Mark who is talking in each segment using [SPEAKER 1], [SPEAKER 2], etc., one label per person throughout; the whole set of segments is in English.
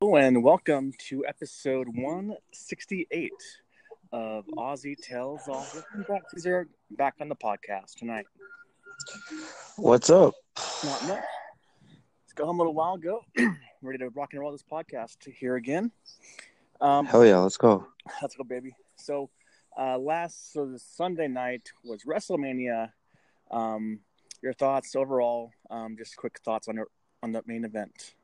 [SPEAKER 1] Hello and welcome to episode 168 of Aussie Tales All. Welcome back. These are back on the podcast tonight.
[SPEAKER 2] What's up?
[SPEAKER 1] Not much. Let's go home a little while ago. Ready to rock and roll this podcast here again. Um,
[SPEAKER 2] Hell yeah, let's go.
[SPEAKER 1] let's go, baby. So, uh, last so this Sunday night was WrestleMania. Um, your thoughts overall? Um, just quick thoughts on your on the main event.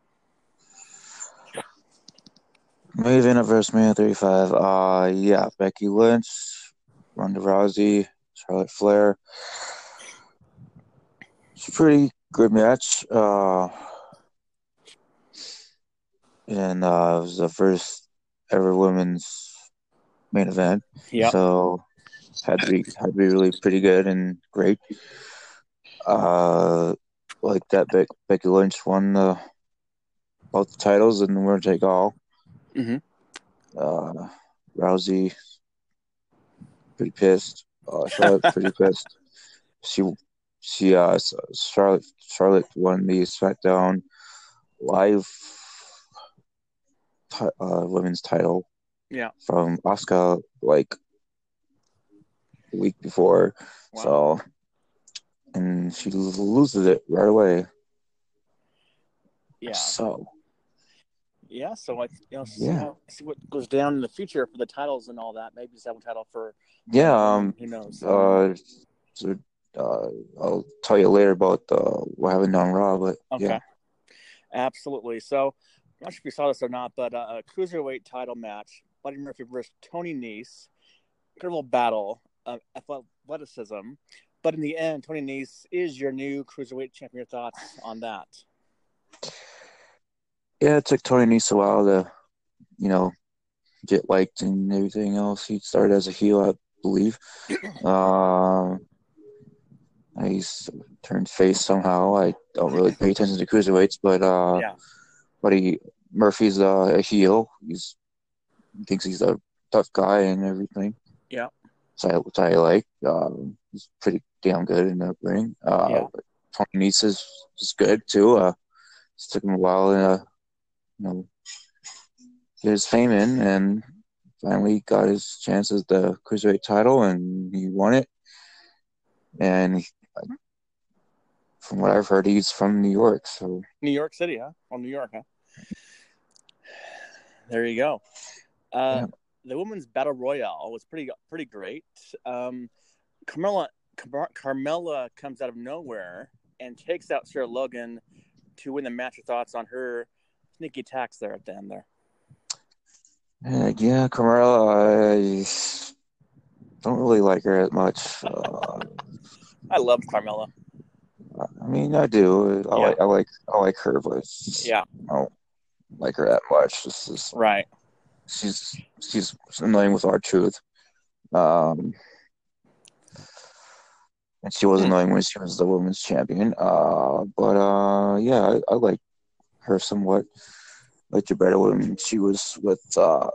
[SPEAKER 2] Main event of WrestleMania 35. Uh, yeah, Becky Lynch, Ronda Rousey, Charlotte Flair. It's a pretty good match. Uh, and uh, it was the first ever women's main event.
[SPEAKER 1] Yeah.
[SPEAKER 2] So had to be had to be really pretty good and great. Uh, like that, Bec- Becky Lynch won the both the titles and the winner take all.
[SPEAKER 1] Mhm.
[SPEAKER 2] Uh, Rousey pretty pissed. Uh, Charlotte pretty pissed. She she uh s- Charlotte Charlotte won the SmackDown live ti- uh, women's title
[SPEAKER 1] Yeah.
[SPEAKER 2] from Oscar like the week before.
[SPEAKER 1] Wow.
[SPEAKER 2] So and she loses it right away.
[SPEAKER 1] yeah.
[SPEAKER 2] So
[SPEAKER 1] Yeah, so I you know, see,
[SPEAKER 2] Yeah.
[SPEAKER 1] how, see what goes down in the future for the titles and all that. Maybe seven title for
[SPEAKER 2] yeah, um
[SPEAKER 1] who knows?
[SPEAKER 2] uh so uh I'll tell you later about uh what happened on Raw, but
[SPEAKER 1] okay,
[SPEAKER 2] yeah.
[SPEAKER 1] absolutely. So I'm not sure if you saw this or not, but uh, a cruiserweight title match: Buddy Murphy versus Tony Nese. Incredible battle of athleticism, but in the end, Tony Nese is your new cruiserweight champion. Your thoughts on that?
[SPEAKER 2] Yeah, it took Tony Nese a while to, you know, get liked and everything else. He started as a heel, I believe. Um, he's turned face somehow. I don't really pay attention to cruiserweights, but uh,
[SPEAKER 1] Yeah.
[SPEAKER 2] but he Murphy's uh, a heel. He's thinks he's a tough guy and everything.
[SPEAKER 1] Yeah.
[SPEAKER 2] which I, which I like. Um, he's pretty damn good in the ring. Uh,
[SPEAKER 1] Yeah.
[SPEAKER 2] but Tony Nese is, is good too. Uh, it's took him a while to, uh, you know, get his fame in, and finally got his chance at the cruiserweight title, and he won it. And he, from what I've heard, he's from New York, so
[SPEAKER 1] New York City, huh? Well, New York, huh? There you go. Uh,
[SPEAKER 2] Yeah.
[SPEAKER 1] The women's battle royale was pretty pretty great. Um, Carmella Car- Carmella comes out of nowhere and takes out Sarah Logan to win the match. Your thoughts on her sneaky tax there at the end there?
[SPEAKER 2] Uh, yeah, Carmella, I don't really like her as much. Uh,
[SPEAKER 1] I love Carmella.
[SPEAKER 2] I mean, I do. I
[SPEAKER 1] Yeah.
[SPEAKER 2] like, I like, I like her, but it's just-
[SPEAKER 1] Yeah.
[SPEAKER 2] I don't like her that much. This is
[SPEAKER 1] Right.
[SPEAKER 2] she's she's annoying with our truth. Um, and she was annoying when she was the women's champion. Uh, but uh, yeah, I, I like her somewhat. Liked her better when she was with uh,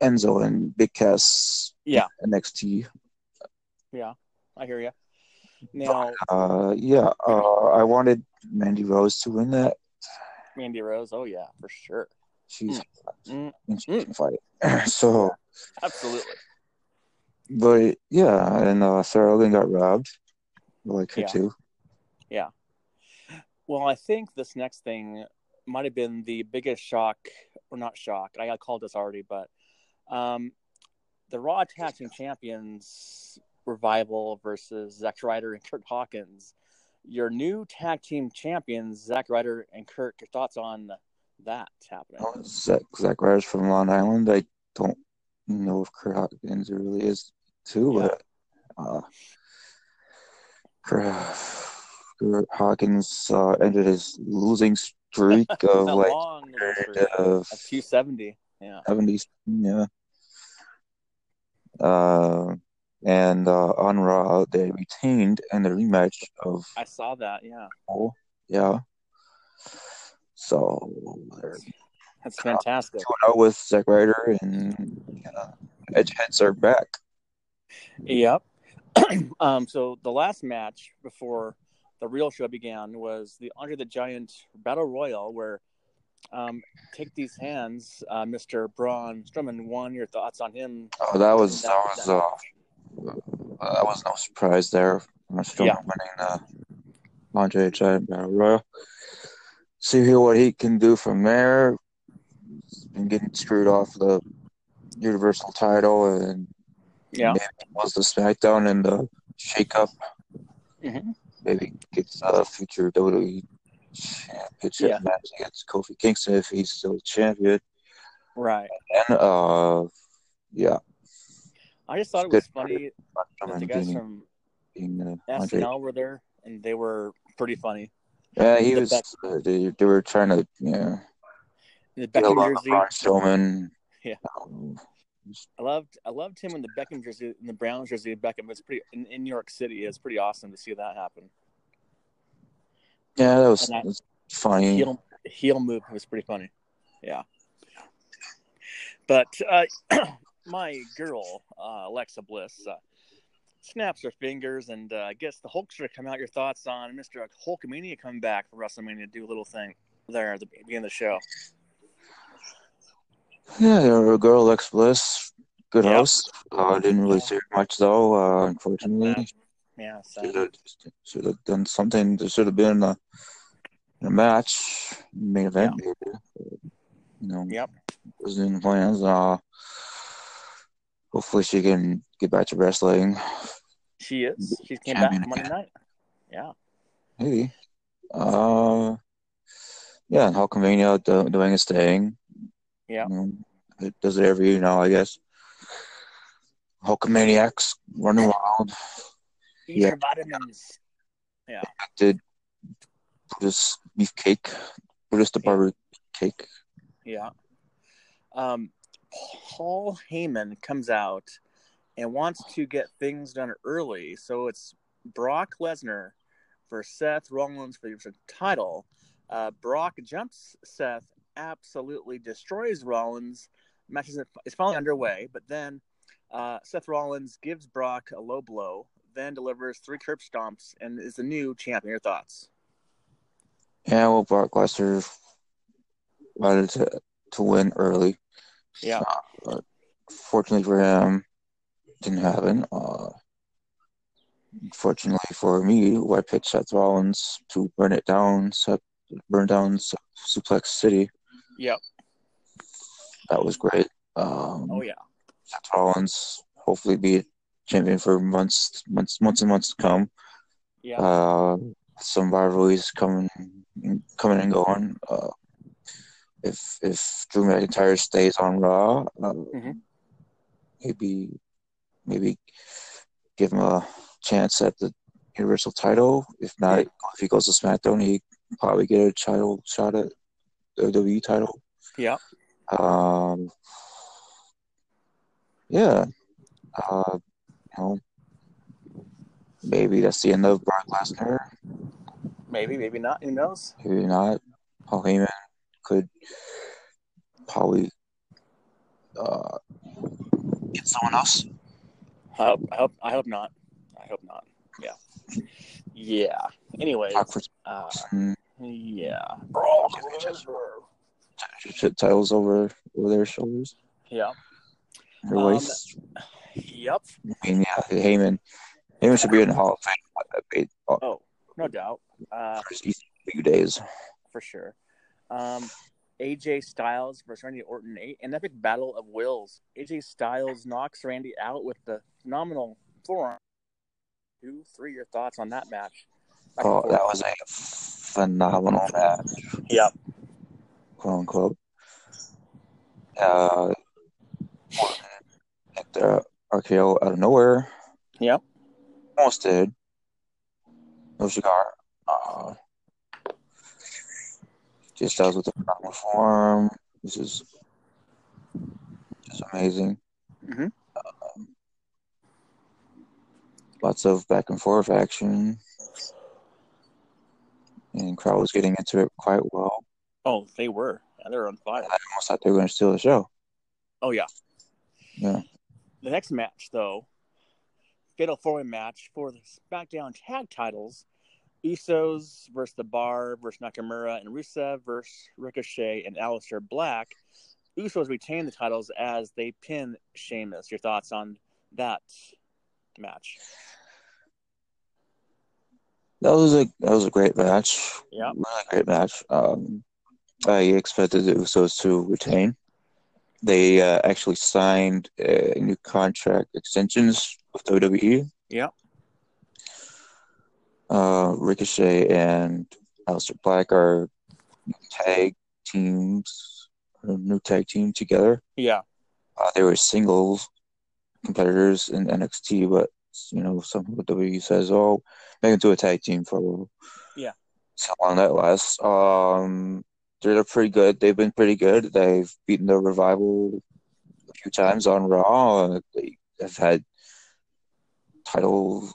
[SPEAKER 2] Enzo and Big Cass.
[SPEAKER 1] Yeah.
[SPEAKER 2] NXT.
[SPEAKER 1] I hear you. Now,
[SPEAKER 2] Uh, yeah. Uh, I wanted Mandy Rose to win that.
[SPEAKER 1] Mandy Rose. Oh yeah, for sure.
[SPEAKER 2] She's
[SPEAKER 1] Mm.
[SPEAKER 2] and she can fight. so,
[SPEAKER 1] Absolutely.
[SPEAKER 2] but yeah, and uh, Sarah Lynn got robbed. I like her
[SPEAKER 1] Yeah.
[SPEAKER 2] too.
[SPEAKER 1] Well, I think this next thing might have been the biggest shock, or not shock. I got called this already, but um, the Raw Tag Team Champions revival versus Zack Ryder and Kurt Hawkins. Your new tag team champions, Zack Ryder and Kurt. Your thoughts on that happening?
[SPEAKER 2] Oh, Zach Zach Ryder's from Long Island. I don't know if Kurt Hawkins really is too,
[SPEAKER 1] Yeah.
[SPEAKER 2] but uh, Kurt, Kurt Hawkins uh, ended his losing streak of
[SPEAKER 1] That
[SPEAKER 2] like
[SPEAKER 1] long little streak
[SPEAKER 2] of
[SPEAKER 1] of 270. Yeah.
[SPEAKER 2] seventies, yeah. Uh, and uh, on Raw, they retained in the rematch of
[SPEAKER 1] I saw that. Yeah.
[SPEAKER 2] Raw. yeah. So they're
[SPEAKER 1] That's fantastic.
[SPEAKER 2] going out with Zack Ryder and uh, Edge heads are back.
[SPEAKER 1] Yep. um, so the last match before the real show began was the Andre the Giant Battle Royal, where Um, take these hands, uh, Mr. Braun Strowman. One, your thoughts on him?
[SPEAKER 2] Oh, that was
[SPEAKER 1] in
[SPEAKER 2] that was uh, uh, that was no surprise there. I'm still
[SPEAKER 1] Yeah.
[SPEAKER 2] winning the Andre Giant Battle Royal. See here what he can do from there. He's been getting screwed off the Universal title and
[SPEAKER 1] yeah.
[SPEAKER 2] maybe it was the SmackDown and the shakeup.
[SPEAKER 1] Mhm.
[SPEAKER 2] Maybe gets a future WWE championship
[SPEAKER 1] Yeah.
[SPEAKER 2] match against Kofi Kingston if he's still champion.
[SPEAKER 1] Right.
[SPEAKER 2] And uh, yeah,
[SPEAKER 1] I just thought it
[SPEAKER 2] It's
[SPEAKER 1] was
[SPEAKER 2] good.
[SPEAKER 1] funny that the
[SPEAKER 2] Strowman
[SPEAKER 1] guys
[SPEAKER 2] beating,
[SPEAKER 1] from
[SPEAKER 2] beating uh, Andre
[SPEAKER 1] SNL were there, and they were pretty funny.
[SPEAKER 2] Yeah, he
[SPEAKER 1] The
[SPEAKER 2] was.
[SPEAKER 1] Beck-
[SPEAKER 2] Uh, they, they were trying to, you know,
[SPEAKER 1] The
[SPEAKER 2] get
[SPEAKER 1] Beckham
[SPEAKER 2] along
[SPEAKER 1] jersey.
[SPEAKER 2] with Braun Strowman.
[SPEAKER 1] Yeah.
[SPEAKER 2] Um,
[SPEAKER 1] I loved I loved him in the Beckham jersey, in the Browns jersey. of Beckham. It's pretty in, in New York City. It's pretty awesome to see that happen.
[SPEAKER 2] yeah, that was,
[SPEAKER 1] And I-
[SPEAKER 2] that's funny.
[SPEAKER 1] Heel heel move was pretty funny. Yeah. But uh, my girl uh, Alexa Bliss uh, snaps her fingers, and uh, I guess the Hulkster come out. Your thoughts on Mister Hulkamania come back for WrestleMania? Do a little thing there at the beginning of the show.
[SPEAKER 2] Yeah, the girl Lex Bliss, good
[SPEAKER 1] Yep.
[SPEAKER 2] host. Uh, didn't really
[SPEAKER 1] Yeah.
[SPEAKER 2] see her much though. Uh, unfortunately,
[SPEAKER 1] Yeah. So.
[SPEAKER 2] should have should have done something. There should have been a, a match, main event. Maybe. You know,
[SPEAKER 1] Yep.
[SPEAKER 2] wasn't in the plans. Uh, hopefully she can get back to wrestling.
[SPEAKER 1] She is. She came
[SPEAKER 2] Champion
[SPEAKER 1] back Monday night. Yeah.
[SPEAKER 2] Maybe. Uh, yeah, and Hulkamania do- doing his thing.
[SPEAKER 1] Yeah.
[SPEAKER 2] You know, it does it every year now, I guess. Hulkamaniacs running wild.
[SPEAKER 1] Eat
[SPEAKER 2] Yeah.
[SPEAKER 1] your vitamins.
[SPEAKER 2] Did Buddhist beefcake, Buddhist barber cake.
[SPEAKER 1] Yeah. Um, Paul Heyman comes out and wants to get things done early. So it's Brock Lesnar for Seth Rollins for the title. Uh, Brock jumps Seth, absolutely destroys Rollins. Match is, is finally underway, but then uh, Seth Rollins gives Brock a low blow, then delivers three curb stomps and is the new champion. Your thoughts?
[SPEAKER 2] Yeah, well, Brock Lesnar wanted to, to win early.
[SPEAKER 1] Yeah.
[SPEAKER 2] Uh, fortunately for him, didn't happen. Uh, fortunately for me, who I picked Seth Rollins to burn it down, Seth, burn down Su- Suplex City.
[SPEAKER 1] Yep.
[SPEAKER 2] That was great. Um,
[SPEAKER 1] Oh, yeah.
[SPEAKER 2] Seth Rollins hopefully be a champion for months, months, months and months to come.
[SPEAKER 1] Yeah.
[SPEAKER 2] Uh, some rivalries coming, coming and going. Uh, if if Drew McIntyre stays on Raw, uh,
[SPEAKER 1] Mhm.
[SPEAKER 2] maybe maybe give him a chance at the Universal title. If not, if he goes to SmackDown, he probably get a title shot at the WWE title.
[SPEAKER 1] Yeah.
[SPEAKER 2] Um. Yeah. Uh, you know, maybe that's the end of Brock Lesnar.
[SPEAKER 1] Maybe, maybe not. Who knows?
[SPEAKER 2] Maybe not. Paul Heyman could probably uh, get someone else.
[SPEAKER 1] I hope, I hope, I hope not. I hope not. Yeah. Yeah. Anyways,
[SPEAKER 2] Brock Lesnar
[SPEAKER 1] uh,
[SPEAKER 2] and
[SPEAKER 1] yeah.
[SPEAKER 2] shit titles over over their shoulders.
[SPEAKER 1] Yeah.
[SPEAKER 2] Their
[SPEAKER 1] Um,
[SPEAKER 2] waists.
[SPEAKER 1] Yep.
[SPEAKER 2] I mean, yeah, Heyman. Heyman should be in the Hall of Fame. I bet uh,
[SPEAKER 1] Oh, no doubt. Uh,
[SPEAKER 2] Just easy few days.
[SPEAKER 1] for sure. Um, AJ Styles versus Randy Orton, a- an epic battle of wills. AJ Styles knocks Randy out with the phenomenal forearm. Two, three. Your thoughts on that match? Back and
[SPEAKER 2] Oh, that
[SPEAKER 1] forth.
[SPEAKER 2] was a phenomenal match,
[SPEAKER 1] Yep.
[SPEAKER 2] quote unquote. Uh, at the RKO out of nowhere.
[SPEAKER 1] Yep.
[SPEAKER 2] Almost did. No cigar. Uh, just does with the phenomenal form. This is just amazing.
[SPEAKER 1] Mhm.
[SPEAKER 2] Um, lots of back and forth action. And crowd was getting into it quite well.
[SPEAKER 1] Oh, they were. Yeah, they were on fire.
[SPEAKER 2] I almost thought they were going to steal the show.
[SPEAKER 1] Oh yeah.
[SPEAKER 2] Yeah.
[SPEAKER 1] The next match, though, fatal four way match for the SmackDown tag titles. Usos versus The Bar versus Nakamura and Rusev versus Ricochet and Aleister Black. Usos retain the titles as they pin Sheamus. Your thoughts on that match?
[SPEAKER 2] That was a that was a great match.
[SPEAKER 1] Yeah.
[SPEAKER 2] Really great match. Um, I expected the Usos to retain. They uh, actually signed uh, new contract extensions with E. WWE.
[SPEAKER 1] Yeah.
[SPEAKER 2] Uh, Ricochet and Aleister Black are tag teams, a new tag team together.
[SPEAKER 1] Yeah.
[SPEAKER 2] Uh, they were singles competitors in NXT, but you know, some people WWE says, "Oh, make them do a tag team for a little."
[SPEAKER 1] Yeah.
[SPEAKER 2] So long that lasts. Um, they're they're pretty good. They've been pretty good. They've beaten the revival a few times on Raw. They have had title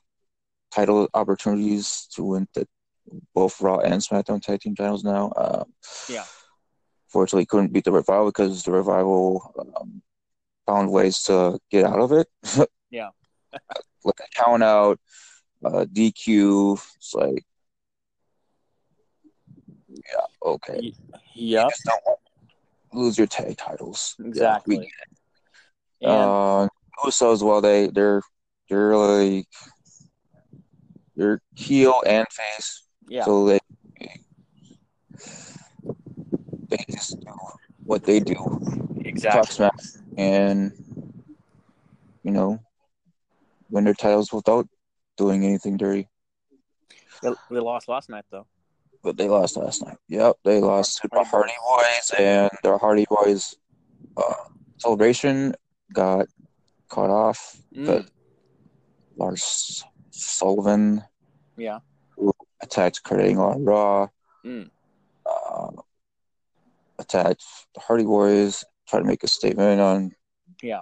[SPEAKER 2] title opportunities to win the both Raw and SmackDown tag team titles now. Um,
[SPEAKER 1] Yeah.
[SPEAKER 2] Fortunately, couldn't beat the revival because the revival um, found ways to get out of it.
[SPEAKER 1] Yeah.
[SPEAKER 2] like a count out, uh, DQ. It's like, yeah, okay.
[SPEAKER 1] Yep.
[SPEAKER 2] Just don't want- lose your tag titles. Yeah, we
[SPEAKER 1] Exactly. And
[SPEAKER 2] Uh, Usos, well, they they're they're like they're heel and face,
[SPEAKER 1] yeah,
[SPEAKER 2] so they they just do what they do, talk
[SPEAKER 1] exactly.
[SPEAKER 2] smack, and you know win their titles without doing anything dirty.
[SPEAKER 1] They, they lost last night though.
[SPEAKER 2] But they lost last night. Yep, they lost to the Hardy Boys, and the Hardy Boys uh, celebration got caught off.
[SPEAKER 1] Mm,
[SPEAKER 2] But Lars Sullivan
[SPEAKER 1] Yeah.
[SPEAKER 2] attacked Kurt Angle on Raw.
[SPEAKER 1] Mm.
[SPEAKER 2] Uh, attacked the Hardy Boys. Tried to make a statement on.
[SPEAKER 1] Yeah.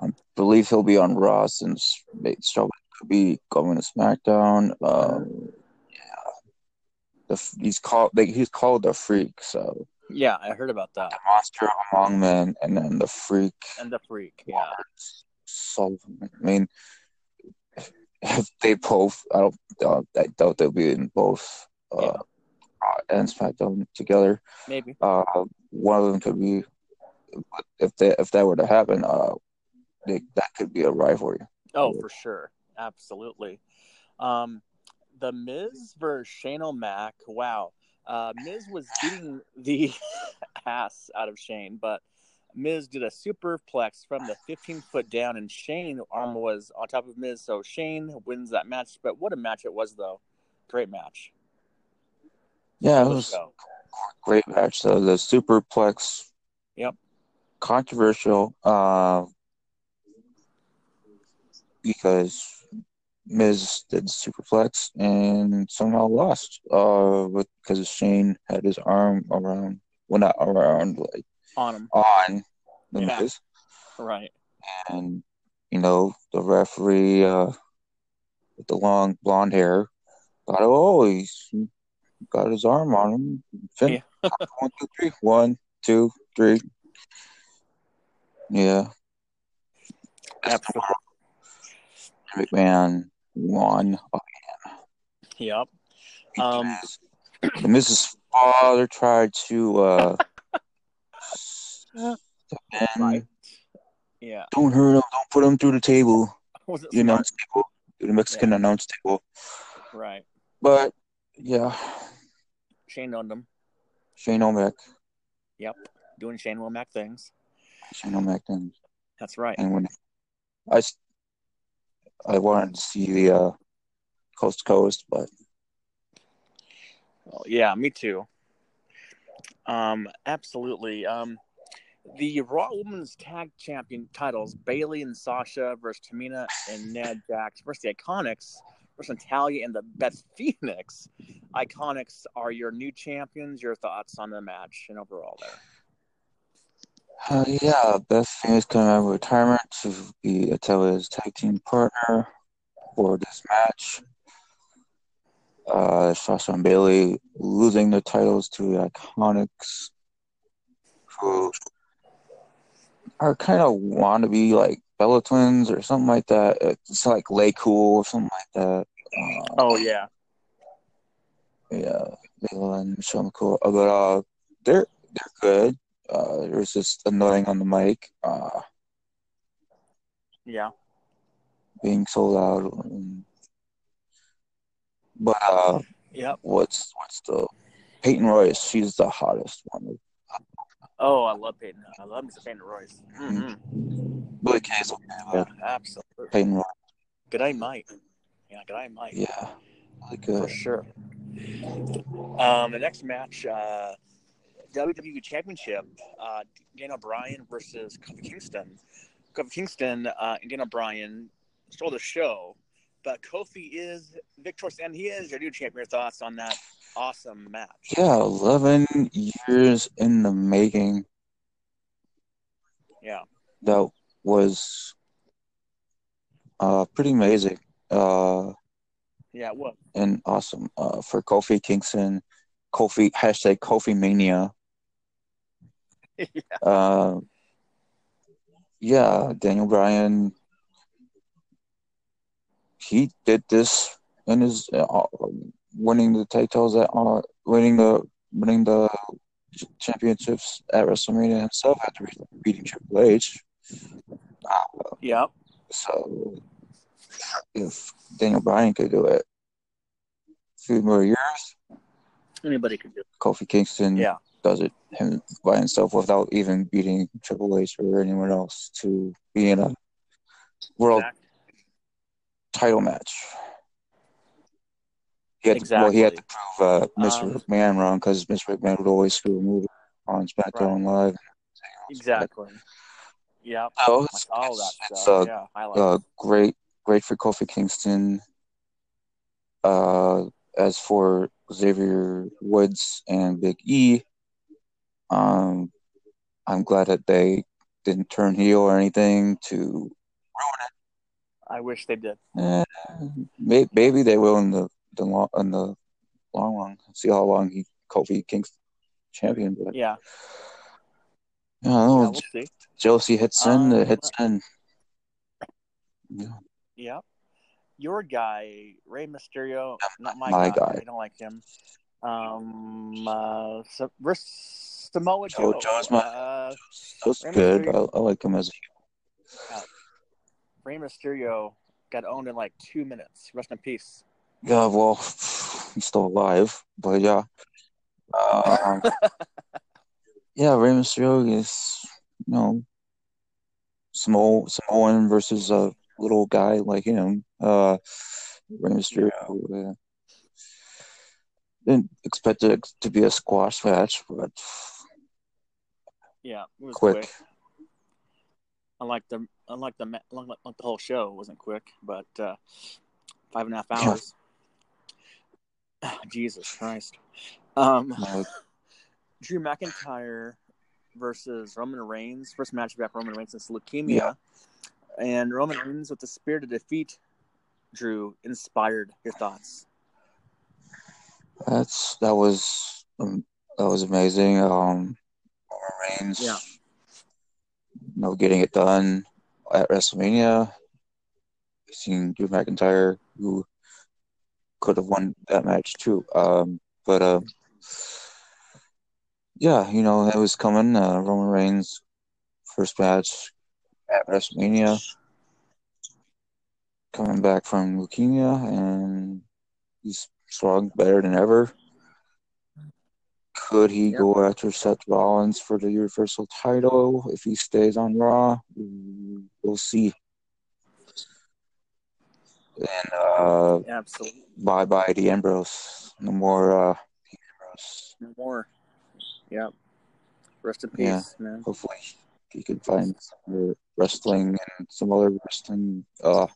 [SPEAKER 2] I believe he'll be on Raw since Nate Strowman could be going to SmackDown. Um, yeah, the, f- he's called. Like, he's called the Freak. So
[SPEAKER 1] Yeah, I heard about that.
[SPEAKER 2] the monster among men, and then the Freak.
[SPEAKER 1] And the freak. Yeah.
[SPEAKER 2] Sullivan. I mean, if they both, I don't, uh, I doubt they'll be in both uh,
[SPEAKER 1] Yeah.
[SPEAKER 2] Raw and SmackDown together.
[SPEAKER 1] Maybe.
[SPEAKER 2] Uh, one of them could be, if that if that were to happen, uh, they, that could be a rivalry.
[SPEAKER 1] Oh, for sure. Absolutely. Um, the Miz versus Shane O'Mac. Wow. Uh, Miz was beating the ass out of Shane, but Miz did a superplex from the 15 foot down, and Shane arm was on top of Miz, so Shane wins that match. But what a match it was, though! Great match.
[SPEAKER 2] Yeah, it
[SPEAKER 1] Let's
[SPEAKER 2] was a
[SPEAKER 1] go.
[SPEAKER 2] great match. So the superplex,
[SPEAKER 1] Yep.
[SPEAKER 2] controversial, uh, because Miz did superplex and somehow lost. Uh, with, because Shane had his arm around, well, not around, like
[SPEAKER 1] on him,
[SPEAKER 2] on the
[SPEAKER 1] Yeah.
[SPEAKER 2] Miz,
[SPEAKER 1] right?
[SPEAKER 2] and you know the referee uh, with the long blonde hair thought, oh, he's got his arm on him. Fin- One, two, three. One, two, three. Yeah,
[SPEAKER 1] Absolutely.
[SPEAKER 2] McMahon won.
[SPEAKER 1] Yep. Um,
[SPEAKER 2] the Miz's father tried to uh, step in.
[SPEAKER 1] Right. Yeah.
[SPEAKER 2] Don't hurt him. Don't put him through the table.
[SPEAKER 1] Was it
[SPEAKER 2] The
[SPEAKER 1] smart?
[SPEAKER 2] announce table. The Mexican announce table.
[SPEAKER 1] Right.
[SPEAKER 2] But yeah,
[SPEAKER 1] Shane owned him,
[SPEAKER 2] Shane O'Mac.
[SPEAKER 1] doing Shane Womack things.
[SPEAKER 2] Shane O'Mac and,
[SPEAKER 1] That's right.
[SPEAKER 2] and when I s- I wanted to see the uh, coast to coast, but
[SPEAKER 1] Well, yeah, me too. Um, absolutely. Um, the Raw Women's Tag Champion titles: Bailey and Sasha versus Tamina and Ned Jax versus the Iconics versus Natalia and the Best Phoenix. Iconics are your new champions. Your thoughts on the match and overall there?
[SPEAKER 2] uh, yeah, Beth Phoenix coming out of retirement to be Atelia's tag team partner for this match. Uh, Sasha and Bailey losing their titles to the Iconics, who are kind of want to be like Bella Twins or something like that. It's like Lay Cool or something like that. Uh,
[SPEAKER 1] Oh yeah,
[SPEAKER 2] yeah, Layla and Michelle McCool. Uh, But uh, they're they're good. Uh, it was just annoying on the mic, uh,
[SPEAKER 1] Yeah.
[SPEAKER 2] being so loud. And, but uh,
[SPEAKER 1] Yep.
[SPEAKER 2] what's what's the Peyton Royce? She's the hottest one.
[SPEAKER 1] Oh, I love Peyton. I love Mr. Peyton Royce. hmm
[SPEAKER 2] Billy Kay's okay. but
[SPEAKER 1] Absolutely.
[SPEAKER 2] Peyton Royce,
[SPEAKER 1] Good eye, Mike. Yeah, good eye, Mike.
[SPEAKER 2] yeah, uh,
[SPEAKER 1] For
[SPEAKER 2] really good.
[SPEAKER 1] sure. Um, the next match, uh, WWE Championship, uh, Daniel Bryan versus Kofi Kingston. Kofi Kingston uh, and Daniel Bryan stole the show, but Kofi is victorious, and he is your new champion. Your thoughts on that awesome match?
[SPEAKER 2] Yeah, eleven years in the making.
[SPEAKER 1] Yeah.
[SPEAKER 2] that was uh, pretty amazing uh,
[SPEAKER 1] Yeah, what?
[SPEAKER 2] and awesome uh, for Kofi Kingston. Kofi hashtag Kofi Mania.
[SPEAKER 1] Yeah.
[SPEAKER 2] Uh, yeah, Daniel Bryan. He did this in his uh, winning the titles at uh, winning the winning the championships at WrestleMania himself after beating Triple H.
[SPEAKER 1] Yeah.
[SPEAKER 2] So if Daniel Bryan could do it, a few more years,
[SPEAKER 1] Anybody could do it.
[SPEAKER 2] Kofi Kingston
[SPEAKER 1] Yeah.
[SPEAKER 2] does it him by himself without even beating Triple H or anyone else to be in a world
[SPEAKER 1] Exact-
[SPEAKER 2] title match. He had To, well, he had to prove uh, Mr.
[SPEAKER 1] Um,
[SPEAKER 2] McMahon wrong because Mr. McMahon would always screw him over on SmackDown Live.
[SPEAKER 1] Exactly. Yeah.
[SPEAKER 2] Oh,
[SPEAKER 1] I
[SPEAKER 2] it's,
[SPEAKER 1] saw that
[SPEAKER 2] it's, it's
[SPEAKER 1] stuff.
[SPEAKER 2] uh,
[SPEAKER 1] yeah, highlights.
[SPEAKER 2] uh, great, great for Kofi Kingston. Uh, as for Xavier Woods and Big E, um, I'm glad that they didn't turn heel or anything. To
[SPEAKER 1] I wish they did.
[SPEAKER 2] eh, may, maybe they will in the the long in the long run. See how long he Kofi King's champion. But
[SPEAKER 1] Yeah.
[SPEAKER 2] I
[SPEAKER 1] yeah
[SPEAKER 2] don't know.
[SPEAKER 1] we'll see.
[SPEAKER 2] Josie Hitson,
[SPEAKER 1] Um,
[SPEAKER 2] the Hitson. Yeah.
[SPEAKER 1] Yeah. Your guy, Ray Mysterio, not my,
[SPEAKER 2] my
[SPEAKER 1] guy.
[SPEAKER 2] guy.
[SPEAKER 1] I don't like him. Um, uh, Sa- versus Samoa
[SPEAKER 2] Joe-
[SPEAKER 1] Joe.
[SPEAKER 2] Joe's my-
[SPEAKER 1] uh,
[SPEAKER 2] That's
[SPEAKER 1] Rey
[SPEAKER 2] good. I,
[SPEAKER 1] Mysterio-
[SPEAKER 2] I like him as
[SPEAKER 1] Ray Mysterio got owned in like two minutes. Rest in peace.
[SPEAKER 2] yeah. Well, he's still alive, but yeah. Um, yeah, Rey Mysterio is you know Samo- Samoan versus a little guy like him. Uh, Rey Mysterio. Uh, didn't expect it to be a squash match, but
[SPEAKER 1] Yeah, it was
[SPEAKER 2] quick.
[SPEAKER 1] quick. Unlike the unlike the ma- unlike the whole show wasn't quick, but uh, five and a half
[SPEAKER 2] Yeah.
[SPEAKER 1] hours. Jesus Christ. Um,
[SPEAKER 2] Like,
[SPEAKER 1] Drew McIntyre versus Roman Reigns. First match back Roman Reigns since leukemia.
[SPEAKER 2] Yeah.
[SPEAKER 1] And Roman Reigns with the spirit of defeat. Drew, inspired your thoughts.
[SPEAKER 2] that's that was um, that was amazing. Um, Roman Reigns,
[SPEAKER 1] Yeah.
[SPEAKER 2] you know, getting it done at WrestleMania. Seeing Drew McIntyre, who could have won that match too. Um, but uh, yeah, you know, it was coming. Uh, Roman Reigns first match at WrestleMania, coming back from leukemia, and he's strong, better than ever. Could he
[SPEAKER 1] Yeah.
[SPEAKER 2] go after Seth Rollins for the Universal title if he stays on Raw? We'll see. And uh,
[SPEAKER 1] Absolutely.
[SPEAKER 2] bye bye, the Ambrose. No more uh, Dean Ambrose.
[SPEAKER 1] No more. Yeah. Rest in
[SPEAKER 2] Yeah.
[SPEAKER 1] peace, man.
[SPEAKER 2] hopefully he can find some more wrestling and some other wrestling uh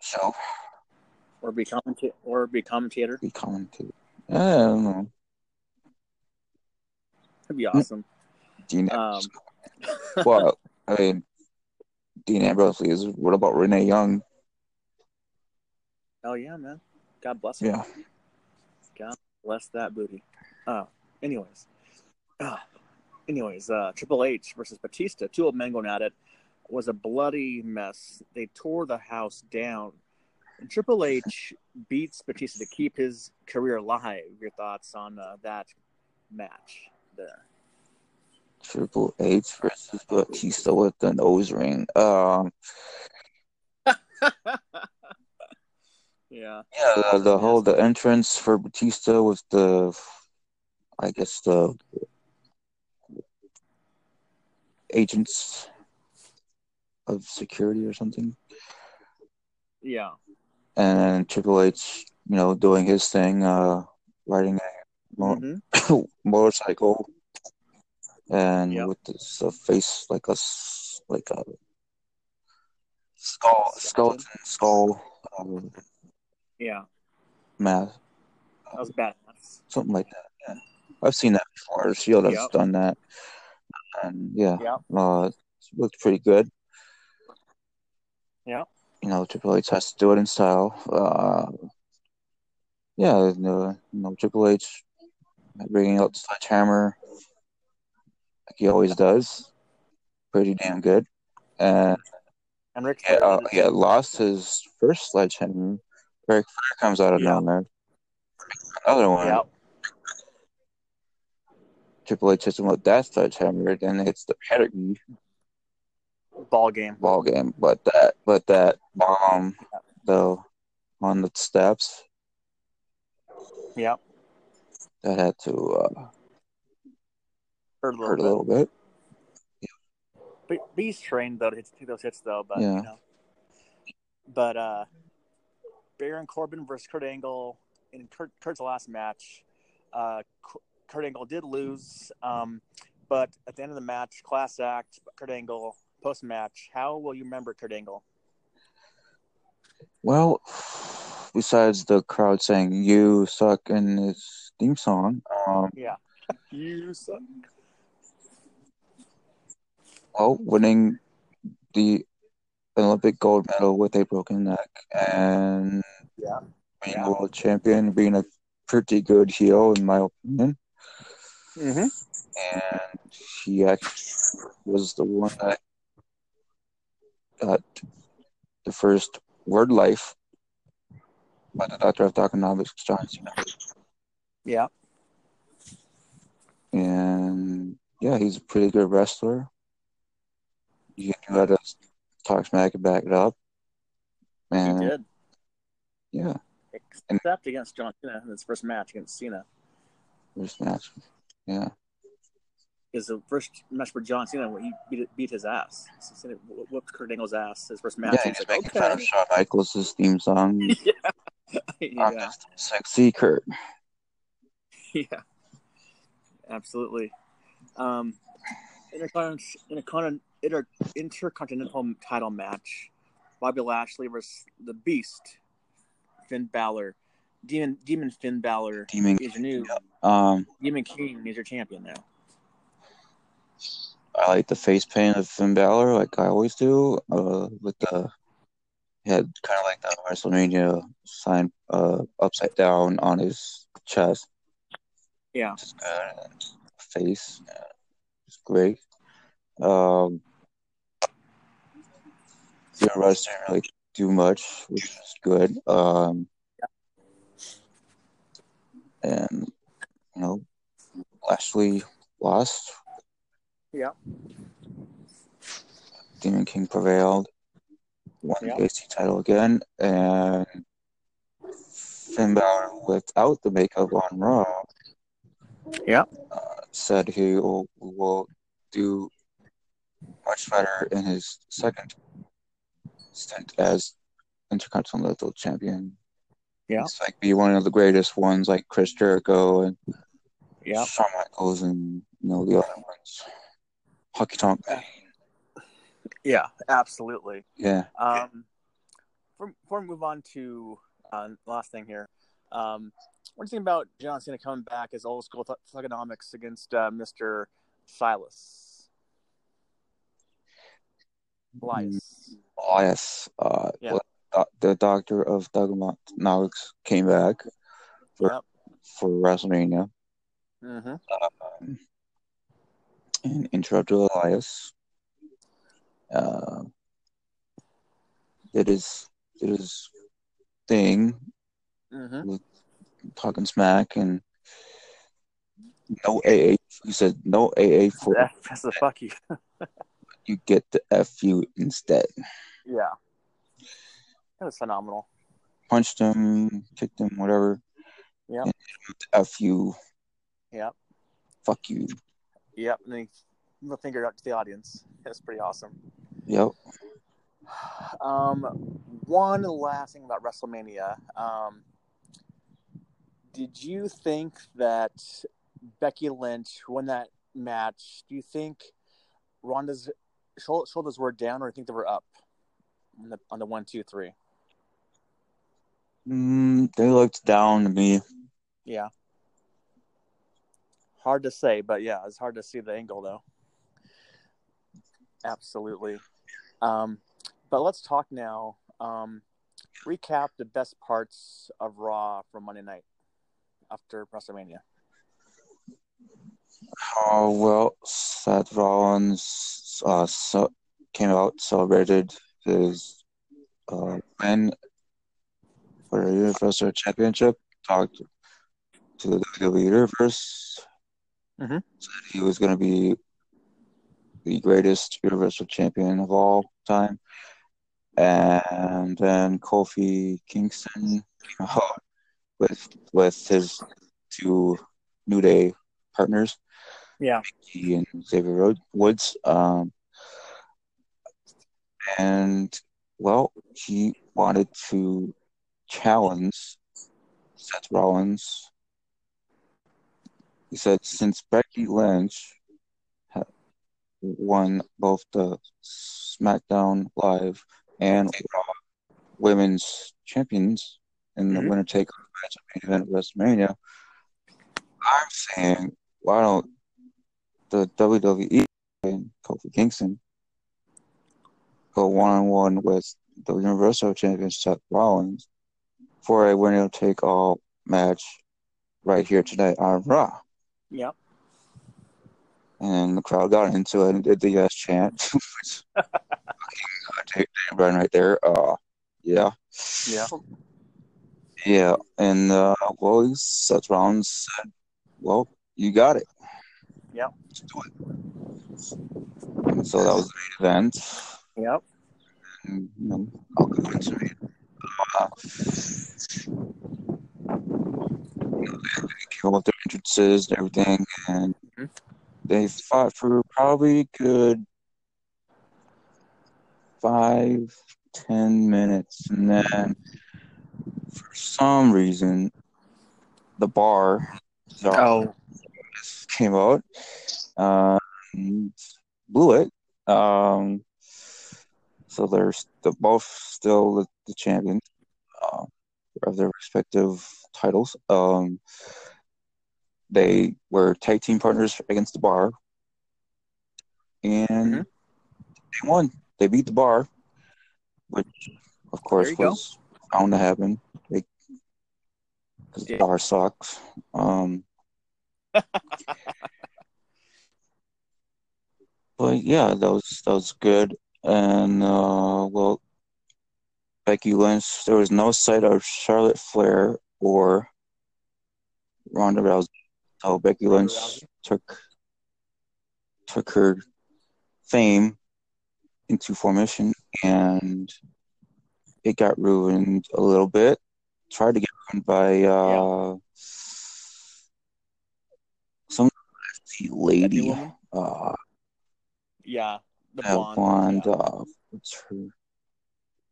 [SPEAKER 2] show
[SPEAKER 1] Or be commenta- or be commentator.
[SPEAKER 2] be commented. I don't know.
[SPEAKER 1] That'd be awesome.
[SPEAKER 2] Dean
[SPEAKER 1] Um,
[SPEAKER 2] well I mean Dean Ambrose is what about Renee Young?
[SPEAKER 1] oh yeah, man. God bless him.
[SPEAKER 2] Yeah.
[SPEAKER 1] Bless that booty. Uh, anyways. Uh, anyways, uh, Triple H versus Batista, two old men going at it, was a bloody mess. They tore the house down. Triple H beats Batista to keep his career alive. Your thoughts on uh, that match there?
[SPEAKER 2] Triple H versus Batista with the nose ring. Um,
[SPEAKER 1] yeah.
[SPEAKER 2] yeah, the, the whole the entrance for Batista with the, I guess the agents of security or something,
[SPEAKER 1] Yeah.
[SPEAKER 2] and then Triple H, you know, doing his thing, uh, riding a mo-
[SPEAKER 1] Mhm.
[SPEAKER 2] motorcycle, and
[SPEAKER 1] Yep.
[SPEAKER 2] with this uh, face like a s- like a skull skeleton skull um,
[SPEAKER 1] Yeah.
[SPEAKER 2] mask,
[SPEAKER 1] That was badass.
[SPEAKER 2] something like that. Yeah. I've seen that before. Shield has
[SPEAKER 1] Yep.
[SPEAKER 2] done that, and yeah,
[SPEAKER 1] Yep.
[SPEAKER 2] uh, it looked pretty good.
[SPEAKER 1] Yep.
[SPEAKER 2] You know, Triple H has to do it in style. Uh, yeah, no, you know, Triple H bringing out the sledgehammer like he always does. Pretty damn good. And
[SPEAKER 1] And Rick
[SPEAKER 2] yeah, uh,
[SPEAKER 1] Flair-
[SPEAKER 2] yeah, lost his first sledgehammer. Ric Flair comes out of
[SPEAKER 1] Yeah.
[SPEAKER 2] nowhere. Another one.
[SPEAKER 1] Yep.
[SPEAKER 2] Triple H hits him with that sledgehammer, then it's the pedigree
[SPEAKER 1] Ball game.
[SPEAKER 2] ball game. But that, but that bomb though on the steps
[SPEAKER 1] Yep.
[SPEAKER 2] that had to uh,
[SPEAKER 1] Hurt a little
[SPEAKER 2] hurt a
[SPEAKER 1] bit.
[SPEAKER 2] little bit.
[SPEAKER 1] But but he's trained though to hit- take those hits though, but
[SPEAKER 2] Yeah.
[SPEAKER 1] you know. But uh Baron Corbin versus Kurt Angle in Kurt, Kurt's last match, uh Cur- Kurt Angle did lose. Um but at the end of the match, class act, Kurt Angle post match, how will you remember Kurt Angle?
[SPEAKER 2] Well, besides the crowd saying "You suck" in his theme song, um,
[SPEAKER 1] Yeah. You suck.
[SPEAKER 2] well, winning the Olympic gold medal with a broken neck and
[SPEAKER 1] Yeah.
[SPEAKER 2] being
[SPEAKER 1] Yeah.
[SPEAKER 2] world champion, being a pretty good heel in my opinion,
[SPEAKER 1] Mm-hmm.
[SPEAKER 2] and he actually was the one that got the first word life by the doctor of Doconomics, John Cena.
[SPEAKER 1] Yeah.
[SPEAKER 2] and yeah, he's a pretty good wrestler. You knew how to talk smack and back it up,
[SPEAKER 1] He
[SPEAKER 2] and
[SPEAKER 1] did.
[SPEAKER 2] yeah,
[SPEAKER 1] Except against John Cena in his first match against Cena.
[SPEAKER 2] first match, yeah,
[SPEAKER 1] is the first match for John Cena when he beat, beat his ass. So Cena whooped Kurt Angle's ass his first match.
[SPEAKER 2] yeah,
[SPEAKER 1] He's
[SPEAKER 2] he's
[SPEAKER 1] like,
[SPEAKER 2] making fun of
[SPEAKER 1] okay.
[SPEAKER 2] Shawn Michaels' theme song. I'm
[SPEAKER 1] yeah,
[SPEAKER 2] just sexy Kurt.
[SPEAKER 1] yeah, absolutely. Um, intercontinental, intercontinental, inter, intercontinental title match: Bobby Lashley versus the Beast, Finn Balor. Demon, Demon Finn Balor
[SPEAKER 2] Demon.
[SPEAKER 1] is your new
[SPEAKER 2] Um,
[SPEAKER 1] Demon King is your champion now.
[SPEAKER 2] I like the face paint of Finn Balor, like I always do. Uh, with the he had kind of like the WrestleMania sign, uh, upside down on his chest,
[SPEAKER 1] Yeah,
[SPEAKER 2] which is good. And face, yeah, it's great. Um, the rest didn't really do much, which is good. Um, and you know, Lashley lost.
[SPEAKER 1] Yeah.
[SPEAKER 2] Demon King prevailed, won
[SPEAKER 1] Yeah.
[SPEAKER 2] the AC title again, and Finn Balor, without the makeup on Raw,
[SPEAKER 1] Yeah.
[SPEAKER 2] uh, said he will, will do much better in his second stint as Intercontinental Champion.
[SPEAKER 1] Yeah.
[SPEAKER 2] It's like be one of the greatest ones, like Chris Jericho and
[SPEAKER 1] yeah.
[SPEAKER 2] Shawn Michaels and you know the other ones. Hockey Tonk. Man.
[SPEAKER 1] Yeah, absolutely.
[SPEAKER 2] Yeah.
[SPEAKER 1] Um, before, before we move on to uh, last thing here, um, what do you think about John Cena coming back as old school th- thugonomics against uh, Mr. Silas? Elias.
[SPEAKER 2] Elias, uh,
[SPEAKER 1] Yeah.
[SPEAKER 2] what- doc- the doctor of Thugonomics came back for,
[SPEAKER 1] Yep.
[SPEAKER 2] for WrestleMania
[SPEAKER 1] Mm-hmm.
[SPEAKER 2] um, and interrupted Elias. Uh, did his did his thing,
[SPEAKER 1] Mm-hmm.
[SPEAKER 2] talking smack, and no AA. He said, "No AA for
[SPEAKER 1] That's, that's the fuck you.
[SPEAKER 2] you get the F you instead."
[SPEAKER 1] Yeah. That was phenomenal.
[SPEAKER 2] Punched him, kicked him, whatever.
[SPEAKER 1] Yep.
[SPEAKER 2] And F you.
[SPEAKER 1] Yep.
[SPEAKER 2] Fuck you.
[SPEAKER 1] Yep. And then he threw the finger out to the audience. That's pretty awesome.
[SPEAKER 2] Yep.
[SPEAKER 1] Um, one last thing about WrestleMania. Um, did you think that Becky Lynch won that match? Do you think Ronda's shou- shoulders were down, or do you think they were up on the on the one, two, three?
[SPEAKER 2] Mm, they looked down to me.
[SPEAKER 1] Yeah. Hard to say, but yeah, it's hard to see the angle though. Absolutely. Um, but let's talk now. Um, recap the best parts of Raw from Monday night after WrestleMania.
[SPEAKER 2] Oh well, Seth Rollins uh, so, came out celebrated his uh, win for the Universal Championship. Talked to the WWE Universe.
[SPEAKER 1] Mhm.
[SPEAKER 2] Said he was going to be the greatest Universal Champion of all time. And then Kofi Kingston came out with with his two New Day partners.
[SPEAKER 1] Yeah.
[SPEAKER 2] He and Xavier Road, Woods. Um, and well, he wanted to challenge Seth Rollins. He said, since Becky Lynch ha- won both the SmackDown Live and Raw Women's Champions in the
[SPEAKER 1] Mhm.
[SPEAKER 2] winner take match at main event of WrestleMania, I'm saying, why don't the WWE and Kofi Kingston go one on one with the Universal Champion Seth Rollins for a winner take all match right here tonight on Raw.
[SPEAKER 1] Yeah.
[SPEAKER 2] And the crowd got into it and did the yes chant. Fucking uh, Dave- Dave Bryan right there. Uh, yeah.
[SPEAKER 1] Yeah.
[SPEAKER 2] Yeah. And uh, well, Seth Rollins said, well, you got it.
[SPEAKER 1] Yep.
[SPEAKER 2] Let's do it. And so that was the main event.
[SPEAKER 1] Yep.
[SPEAKER 2] you know, I'll go into it. Uh, came up with their entrances and everything, and
[SPEAKER 1] Mhm.
[SPEAKER 2] they fought for probably a good five, ten minutes, and then for some reason, the bar
[SPEAKER 1] Oh.
[SPEAKER 2] came out uh, and blew it. Um, so they're st- both still the, the champions uh, of their respective titles. Um, they were tag team partners against the bar, and
[SPEAKER 1] Mhm.
[SPEAKER 2] they won. They beat the bar, which of course
[SPEAKER 1] you go.
[SPEAKER 2] was bound to happen. Because the
[SPEAKER 1] Yeah.
[SPEAKER 2] bar sucks. Um, but yeah, that was that was good. And uh, well, Becky Lynch, there was no sight of Charlotte Flair or Ronda Rousey. So Becky
[SPEAKER 1] Ronda
[SPEAKER 2] Lynch
[SPEAKER 1] Rousey.
[SPEAKER 2] took took her fame into formation, and it got ruined a little bit. Tried to get ruined by uh, some lefty
[SPEAKER 1] Becky
[SPEAKER 2] lady,
[SPEAKER 1] woman?
[SPEAKER 2] uh,
[SPEAKER 1] Yeah. The
[SPEAKER 2] yeah,
[SPEAKER 1] blonde.
[SPEAKER 2] blonde.
[SPEAKER 1] Yeah.
[SPEAKER 2] Uh, what's her?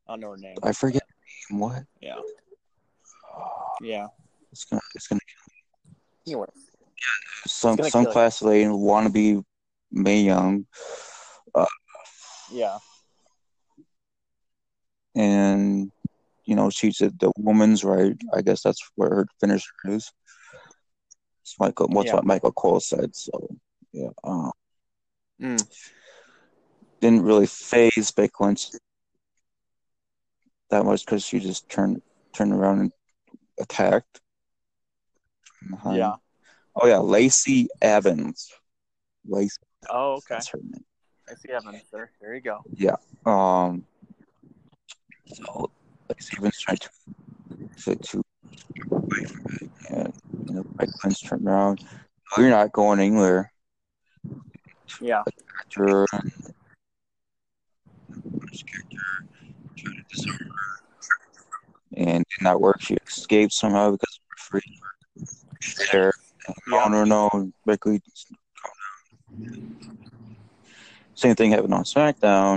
[SPEAKER 1] I don't know her name.
[SPEAKER 2] I forget her name. What?
[SPEAKER 1] Yeah.
[SPEAKER 2] Uh,
[SPEAKER 1] Yeah.
[SPEAKER 2] it's gonna it's gonna
[SPEAKER 1] Anyway.
[SPEAKER 2] some
[SPEAKER 1] gonna
[SPEAKER 2] some
[SPEAKER 1] kill it.
[SPEAKER 2] class lady wannabe May Young,
[SPEAKER 1] Yeah.
[SPEAKER 2] and you know she's at the woman's right. I guess that's where her finisher is. It's Michael. What's
[SPEAKER 1] Yeah.
[SPEAKER 2] what Michael Cole said. So yeah, uh,
[SPEAKER 1] Mm.
[SPEAKER 2] didn't really phase Becky Lynch that much because she just turned turned around and attacked. Um,
[SPEAKER 1] Yeah.
[SPEAKER 2] Oh yeah, Lacey Evans. Lacey,
[SPEAKER 1] Oh, okay.
[SPEAKER 2] that's her name.
[SPEAKER 1] I see Evan. There, there you go.
[SPEAKER 2] Um, so like Saban's tried to to two. And you know, Mike Pence turned around. We're not going anywhere.
[SPEAKER 1] Yeah.
[SPEAKER 2] After tried to disarm her, and did not work. She escaped somehow because of her free there.
[SPEAKER 1] Yeah.
[SPEAKER 2] No, no, no. Becky, same thing happened on SmackDown.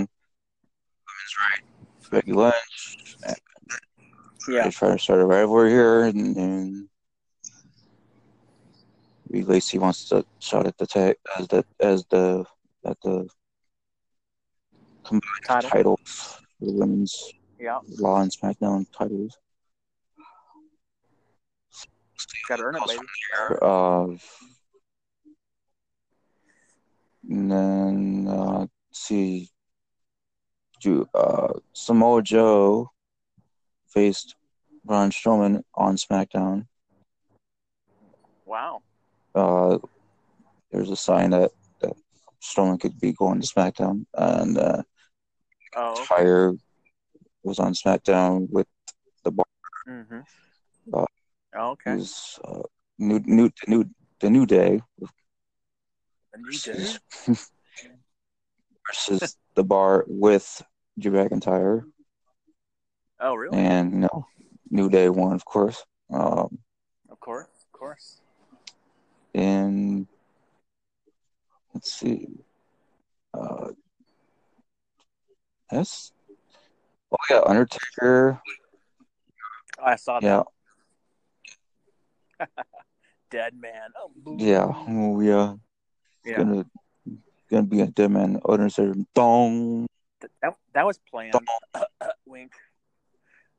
[SPEAKER 2] Women's right. Becky Lynch.
[SPEAKER 1] Yeah.
[SPEAKER 2] They try to start a rivalry here, and, and Big Lacey wants to shot at the tag as the as the at the
[SPEAKER 1] Title.
[SPEAKER 2] titles, the women's
[SPEAKER 1] Yeah.
[SPEAKER 2] Raw and SmackDown titles.
[SPEAKER 1] Gotta earn it, baby.
[SPEAKER 2] Uh, and then uh, let's see, Ju- uh, Samoa Joe faced Braun Strowman on SmackDown.
[SPEAKER 1] Wow.
[SPEAKER 2] uh, there's a sign that, that Strowman could be going to SmackDown, and uh,
[SPEAKER 1] Oh.
[SPEAKER 2] Fire was on SmackDown with
[SPEAKER 1] Mm-hmm. Oh,
[SPEAKER 2] Uh,
[SPEAKER 1] okay.
[SPEAKER 2] his uh, new new the new the new day Mm-hmm.
[SPEAKER 1] And you did.
[SPEAKER 2] versus, versus the bar with Drew McIntyre,
[SPEAKER 1] Oh, really?
[SPEAKER 2] and you know, New Day won, of course. Um,
[SPEAKER 1] Of course. Of course.
[SPEAKER 2] and let's see, uh, that's oh yeah, Undertaker.
[SPEAKER 1] I saw that.
[SPEAKER 2] Yeah,
[SPEAKER 1] Dead man. Oh, boo.
[SPEAKER 2] Yeah, oh, yeah.
[SPEAKER 1] Yeah.
[SPEAKER 2] Gonna gonna be a dead man. Others said, dong.
[SPEAKER 1] Th- That, that was planned.
[SPEAKER 2] Dong.
[SPEAKER 1] Wink.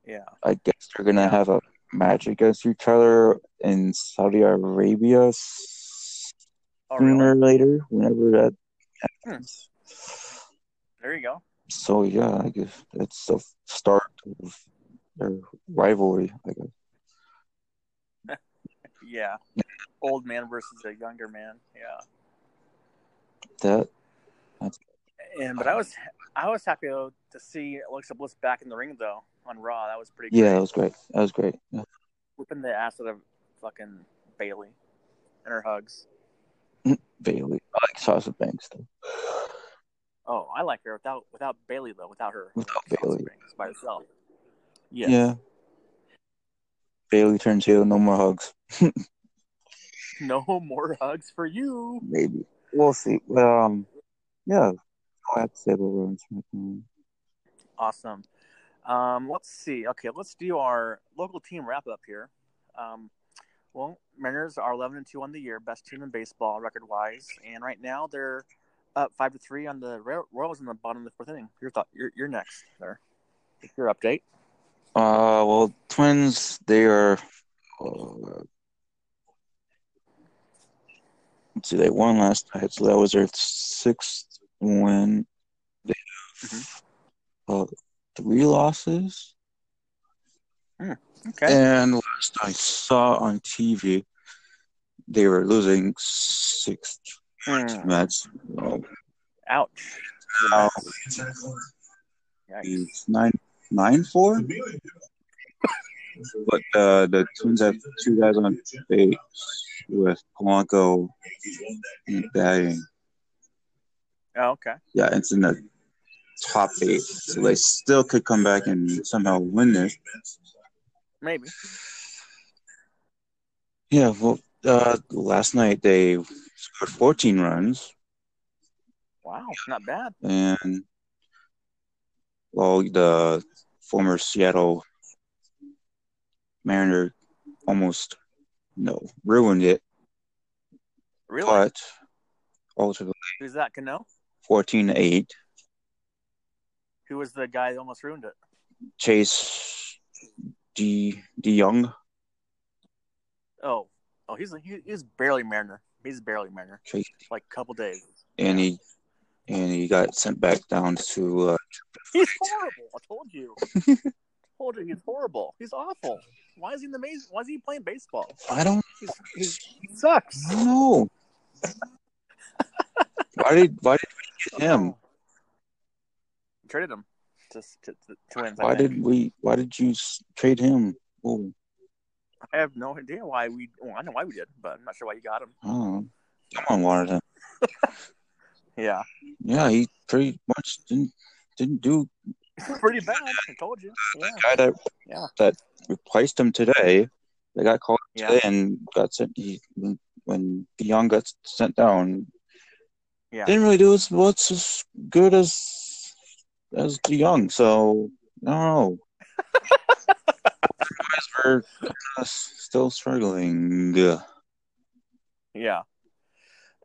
[SPEAKER 1] Yeah.
[SPEAKER 2] I guess they're gonna have a match against each other in Saudi Arabia s-
[SPEAKER 1] Oh,
[SPEAKER 2] sooner
[SPEAKER 1] really?
[SPEAKER 2] or later, whenever that
[SPEAKER 1] Hmm.
[SPEAKER 2] happens.
[SPEAKER 1] There you go.
[SPEAKER 2] So yeah, I guess that's the start of their rivalry. I guess.
[SPEAKER 1] Yeah. Old man versus a younger man. Yeah.
[SPEAKER 2] That
[SPEAKER 1] And but I was I was happy to to see Alexa Bliss back in the ring though on Raw. That was pretty.
[SPEAKER 2] yeah, that
[SPEAKER 1] great.
[SPEAKER 2] was great. That was great. Yeah.
[SPEAKER 1] whooping the ass out of fucking Bailey and her hugs.
[SPEAKER 2] Bailey, I like Sasha Banks though.
[SPEAKER 1] Oh, I like her without without Bailey though, without her
[SPEAKER 2] Without
[SPEAKER 1] Sounds
[SPEAKER 2] Bailey.
[SPEAKER 1] great. by herself. Yes.
[SPEAKER 2] Yeah. Bailey turns heel. No more hugs.
[SPEAKER 1] No more hugs for you.
[SPEAKER 2] maybe we'll see. But um, yeah, I have to say about Raw and SmackDown.
[SPEAKER 1] Awesome. Um, let's see. Okay, let's do our local team wrap up here. Um, well, Mariners are eleven and two on the year, best team in baseball record wise, and right now they're up five to three on the Roy- Royals in the bottom of the fourth inning. Your thought? You're, you're next there. Your update.
[SPEAKER 2] Uh, well, Twins they are. Uh, let's see, they won last night, so that was their sixth win. They have
[SPEAKER 1] Mm-hmm.
[SPEAKER 2] uh, three losses,
[SPEAKER 1] Hmm, Okay.
[SPEAKER 2] and last I saw on TV, they were losing six to
[SPEAKER 1] Hmm.
[SPEAKER 2] Mets. Well,
[SPEAKER 1] Ouch.
[SPEAKER 2] now
[SPEAKER 1] Yikes.
[SPEAKER 2] it's nine nine four. But uh, the Twins have two guys on base with Polanco batting.
[SPEAKER 1] Oh, okay.
[SPEAKER 2] Yeah, it's in the top eight, so they still could come back and somehow win this.
[SPEAKER 1] Maybe.
[SPEAKER 2] Yeah, well, uh, last night they scored 14 runs,
[SPEAKER 1] Wow. Not bad.
[SPEAKER 2] and well, the former Seattle Mariner almost no ruined it,
[SPEAKER 1] Really?
[SPEAKER 2] but ultimately
[SPEAKER 1] Who's that? Cano?
[SPEAKER 2] 14 8.
[SPEAKER 1] Who was the guy that almost ruined it?
[SPEAKER 2] Chase D D Young.
[SPEAKER 1] Oh. Oh, he's he, he's barely Mariner. He's barely Mariner.
[SPEAKER 2] Chase,
[SPEAKER 1] Like a couple days.
[SPEAKER 2] and he and he got sent back down to uh,
[SPEAKER 1] He's horrible. I told you. told you he's horrible. He's awful. Why is he in the maze? Why is he playing baseball?
[SPEAKER 2] I don't
[SPEAKER 1] He's, he's, he sucks.
[SPEAKER 2] know. why did why did we get him?
[SPEAKER 1] Oh, Traded him. Just to, to, to wins. I
[SPEAKER 2] Why
[SPEAKER 1] think.
[SPEAKER 2] did we why did you s- trade him? Oh,
[SPEAKER 1] I have no idea why we. Well, I know why we did, but I'm not sure why you got him.
[SPEAKER 2] Oh, someone wanted him.
[SPEAKER 1] Yeah,
[SPEAKER 2] Yeah, he pretty much didn't didn't do
[SPEAKER 1] pretty bad. I told you. Yeah,
[SPEAKER 2] the guy that
[SPEAKER 1] Yeah.
[SPEAKER 2] that replaced him today. They got called
[SPEAKER 1] Yeah.
[SPEAKER 2] today and got sent. He when- when Young got sent down,
[SPEAKER 1] Yeah.
[SPEAKER 2] didn't really do as what's as good as as Young. So I don't know. Guys were kinda still struggling. Yeah.
[SPEAKER 1] yeah.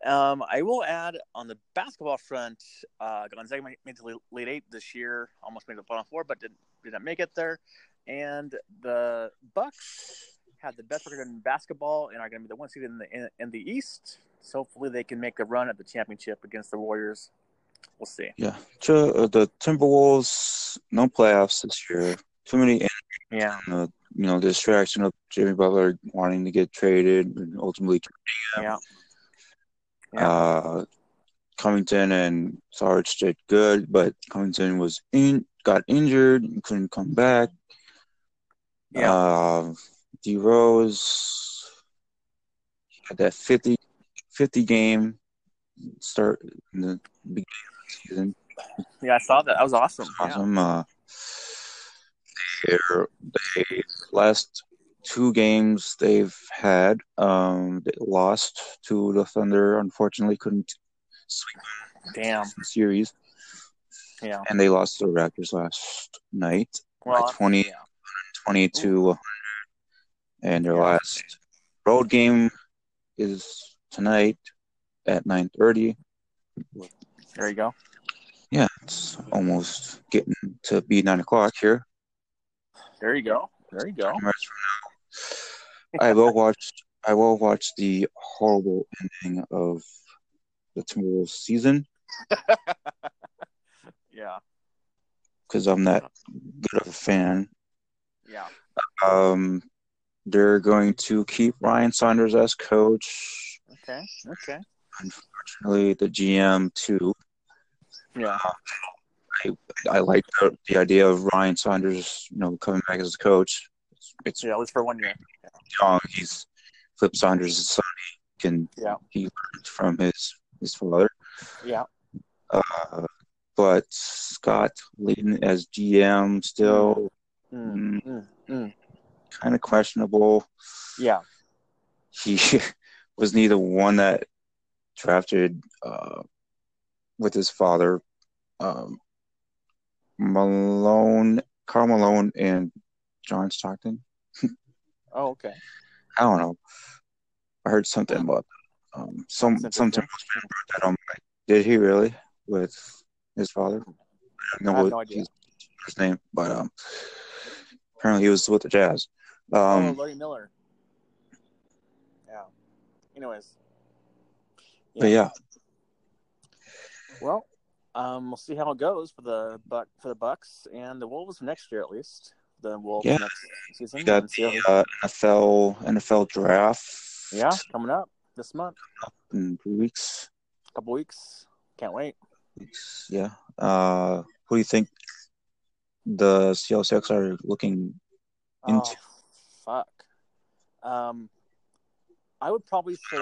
[SPEAKER 1] Um, I will add on the basketball front, uh, Gonzaga made made the late- late eight this year, almost made the final four, but did did not make it there. And the Bucks have the best record in basketball and are going to be the one seed in the in, in the East. So hopefully they can make a run at the championship against the Warriors. We'll see.
[SPEAKER 2] Yeah, Ju- uh, the Timberwolves no playoffs this year. Too many,
[SPEAKER 1] Yeah,
[SPEAKER 2] uh, you know, distraction of Jimmy Butler wanting to get traded and ultimately trading him.
[SPEAKER 1] Yeah.
[SPEAKER 2] Uh, Covington and Sarge did good, but Covington was in got injured and couldn't come back.
[SPEAKER 1] yeah,
[SPEAKER 2] Uh, D Rose had that 50, 50 game start in the beginning of the season.
[SPEAKER 1] yeah. I saw that. That was awesome. Yeah.
[SPEAKER 2] awesome. Uh, they're, they last two games they've had, um, they lost to the Thunder. Unfortunately, couldn't
[SPEAKER 1] Damn.
[SPEAKER 2] the series,
[SPEAKER 1] Yeah.
[SPEAKER 2] and they lost to the Raptors last night,
[SPEAKER 1] Well,
[SPEAKER 2] by 20,
[SPEAKER 1] yeah.
[SPEAKER 2] 20 to 100. And their
[SPEAKER 1] Yeah.
[SPEAKER 2] last road game is tonight at nine thirty.
[SPEAKER 1] There you go.
[SPEAKER 2] Yeah, it's almost getting to be nine o'clock here.
[SPEAKER 1] There you go. There you go.
[SPEAKER 2] minutes from now. I will watch. I will watch the horrible ending of the Timberwolves season
[SPEAKER 1] Yeah.
[SPEAKER 2] because I'm that good of a fan.
[SPEAKER 1] Yeah.
[SPEAKER 2] Um, they're going to keep Ryan Saunders as coach.
[SPEAKER 1] Okay. Okay.
[SPEAKER 2] Unfortunately, the GM too.
[SPEAKER 1] Yeah.
[SPEAKER 2] I like the, the idea of Ryan Saunders, you know, coming back as a coach. It's, it's
[SPEAKER 1] Yeah. At least for one year.
[SPEAKER 2] young. He's Flip Saunders' son. He can
[SPEAKER 1] Yeah.
[SPEAKER 2] he learned from his his father.
[SPEAKER 1] Yeah.
[SPEAKER 2] Uh, but Scott Layton as GM still
[SPEAKER 1] Mm. Mm. Mm.
[SPEAKER 2] kind of questionable.
[SPEAKER 1] Yeah.
[SPEAKER 2] He was neither one that drafted uh, with his father, um, Malone, Carl Malone, and John Stockton.
[SPEAKER 1] Oh, okay.
[SPEAKER 2] I don't know. I heard something about um, some
[SPEAKER 1] That's
[SPEAKER 2] some
[SPEAKER 1] interesting.
[SPEAKER 2] that I'm like, did he really with his father? I don't know
[SPEAKER 1] I have
[SPEAKER 2] what
[SPEAKER 1] no idea.
[SPEAKER 2] his first name, but um, apparently he was with the Jazz.
[SPEAKER 1] Oh,
[SPEAKER 2] Um,
[SPEAKER 1] Larry Miller. Yeah. Anyways.
[SPEAKER 2] but yeah,
[SPEAKER 1] Well, um, we'll see how it goes for the buck for the Bucks and the Wolves next year at least. The Wolves
[SPEAKER 2] Yeah.
[SPEAKER 1] next season.
[SPEAKER 2] we got
[SPEAKER 1] and see how-
[SPEAKER 2] the uh, NFL NFL draft.
[SPEAKER 1] yeah, coming up this month.
[SPEAKER 2] in two weeks.
[SPEAKER 1] couple weeks. Can't wait.
[SPEAKER 2] weeks, Yeah. Uh, who do you think the Seahawks are looking? Into-
[SPEAKER 1] Oh, fuck. Um, I would probably say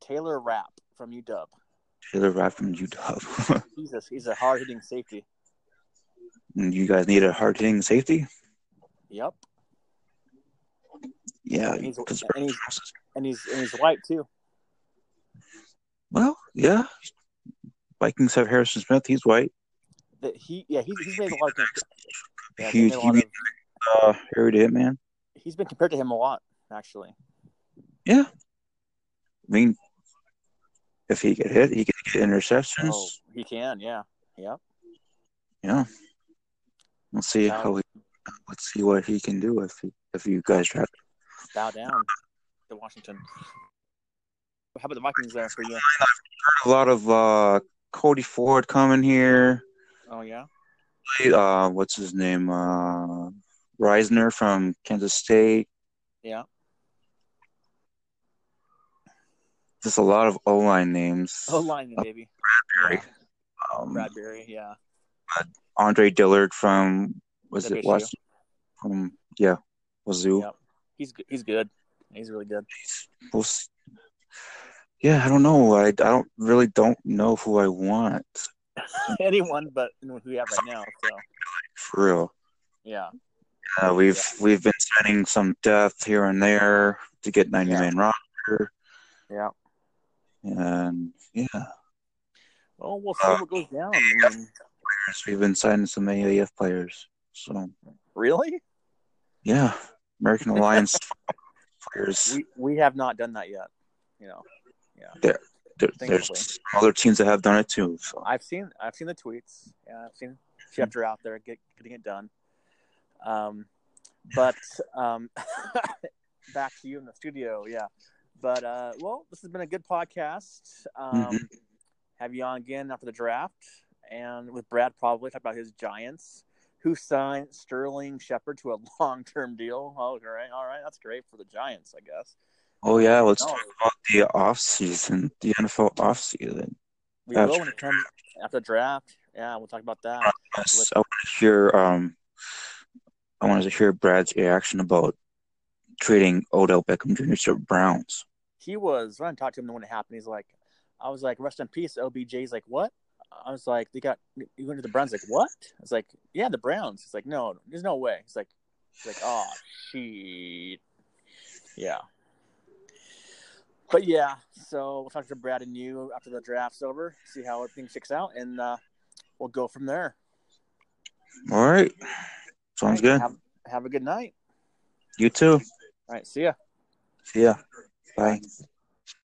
[SPEAKER 1] Taylor Rapp from UW.
[SPEAKER 2] Taylor Rapp from UW.
[SPEAKER 1] He's a, he's a hard hitting safety.
[SPEAKER 2] And you guys need a hard hitting safety.
[SPEAKER 1] Yep.
[SPEAKER 2] Yeah,
[SPEAKER 1] And he's,
[SPEAKER 2] because
[SPEAKER 1] and he's and he's and he's white too.
[SPEAKER 2] well, yeah. Vikings have Harrison Smith. He's white.
[SPEAKER 1] That he yeah he's he's made a lot of yeah,
[SPEAKER 2] He-
[SPEAKER 1] he's, made a
[SPEAKER 2] he
[SPEAKER 1] lot of,
[SPEAKER 2] made- Uh, Harry the Hitman.
[SPEAKER 1] he's been compared to him a lot actually.
[SPEAKER 2] I mean, if he could hit, he could get interceptions.
[SPEAKER 1] Oh, he can yeah yeah
[SPEAKER 2] Yeah, let's see
[SPEAKER 1] Yeah.
[SPEAKER 2] how he, let's see what he can do if he, if you guys try.
[SPEAKER 1] bow down to Washington. How about the Vikings there for you?
[SPEAKER 2] A lot of uh, Cody Ford coming here.
[SPEAKER 1] Oh yeah
[SPEAKER 2] Uh, what's his name? Uh, Reisner from Kansas State.
[SPEAKER 1] yeah
[SPEAKER 2] Just a lot of O line names.
[SPEAKER 1] oh lineman baby
[SPEAKER 2] Bradbury. Um,
[SPEAKER 1] Bradbury yeah
[SPEAKER 2] Andre Dillard from was it
[SPEAKER 1] WSU.
[SPEAKER 2] Washington? From yeah, Wazoo.
[SPEAKER 1] Yep. he's g- he's good. He's really good.
[SPEAKER 2] We'll s- yeah, I don't know. I, I don't really don't know who I want
[SPEAKER 1] Anyone but who we have right now. So
[SPEAKER 2] for real.
[SPEAKER 1] yeah,
[SPEAKER 2] Uh, we've we've been signing some depth here and there to get ninety man roster,
[SPEAKER 1] yeah.
[SPEAKER 2] and yeah,
[SPEAKER 1] Well, we'll see what goes down. I mean,
[SPEAKER 2] we've been signing some AAF players. So
[SPEAKER 1] really,
[SPEAKER 2] yeah, American Alliance players.
[SPEAKER 1] we we have not done that yet. You know,
[SPEAKER 2] There,
[SPEAKER 1] thankfully.
[SPEAKER 2] there's other teams that have done it too. So
[SPEAKER 1] I've seen I've seen the tweets. Yeah, I've seen Schefter out there get, getting it done. Um, but um, back to you in the studio. Yeah, but uh, well, this has been a good podcast. Um,
[SPEAKER 2] Mhm.
[SPEAKER 1] Have you on again after the draft, and with Brad probably talk about his Giants, who signed Sterling Shepard to a long-term deal. Oh, all right, all right, that's great for the Giants, I guess.
[SPEAKER 2] oh yeah, let's
[SPEAKER 1] No,
[SPEAKER 2] talk about the off season, the NFL off season.
[SPEAKER 1] we
[SPEAKER 2] That's-
[SPEAKER 1] will when it comes after the draft. Yeah, we'll talk about that.
[SPEAKER 2] Yes, I want to hear. Um, I wanted to hear Brad's reaction about trading Odell Beckham Jr. to the Browns.
[SPEAKER 1] he was when I talked to him when it happened. He's like, I was like, rest in peace, OBJ. He's like, what? I was like, they got you went to the Browns. Like, what? I was like, yeah, the Browns. He's like, no, there's no way. He's like, he's like, oh shit, yeah. But yeah, so we'll talk to Brad and you after the draft's over, see how everything shakes out, and uh, we'll go from there.
[SPEAKER 2] All right, sounds good.
[SPEAKER 1] Have, have a good night.
[SPEAKER 2] You too.
[SPEAKER 1] All right, see ya.
[SPEAKER 2] See ya. Bye.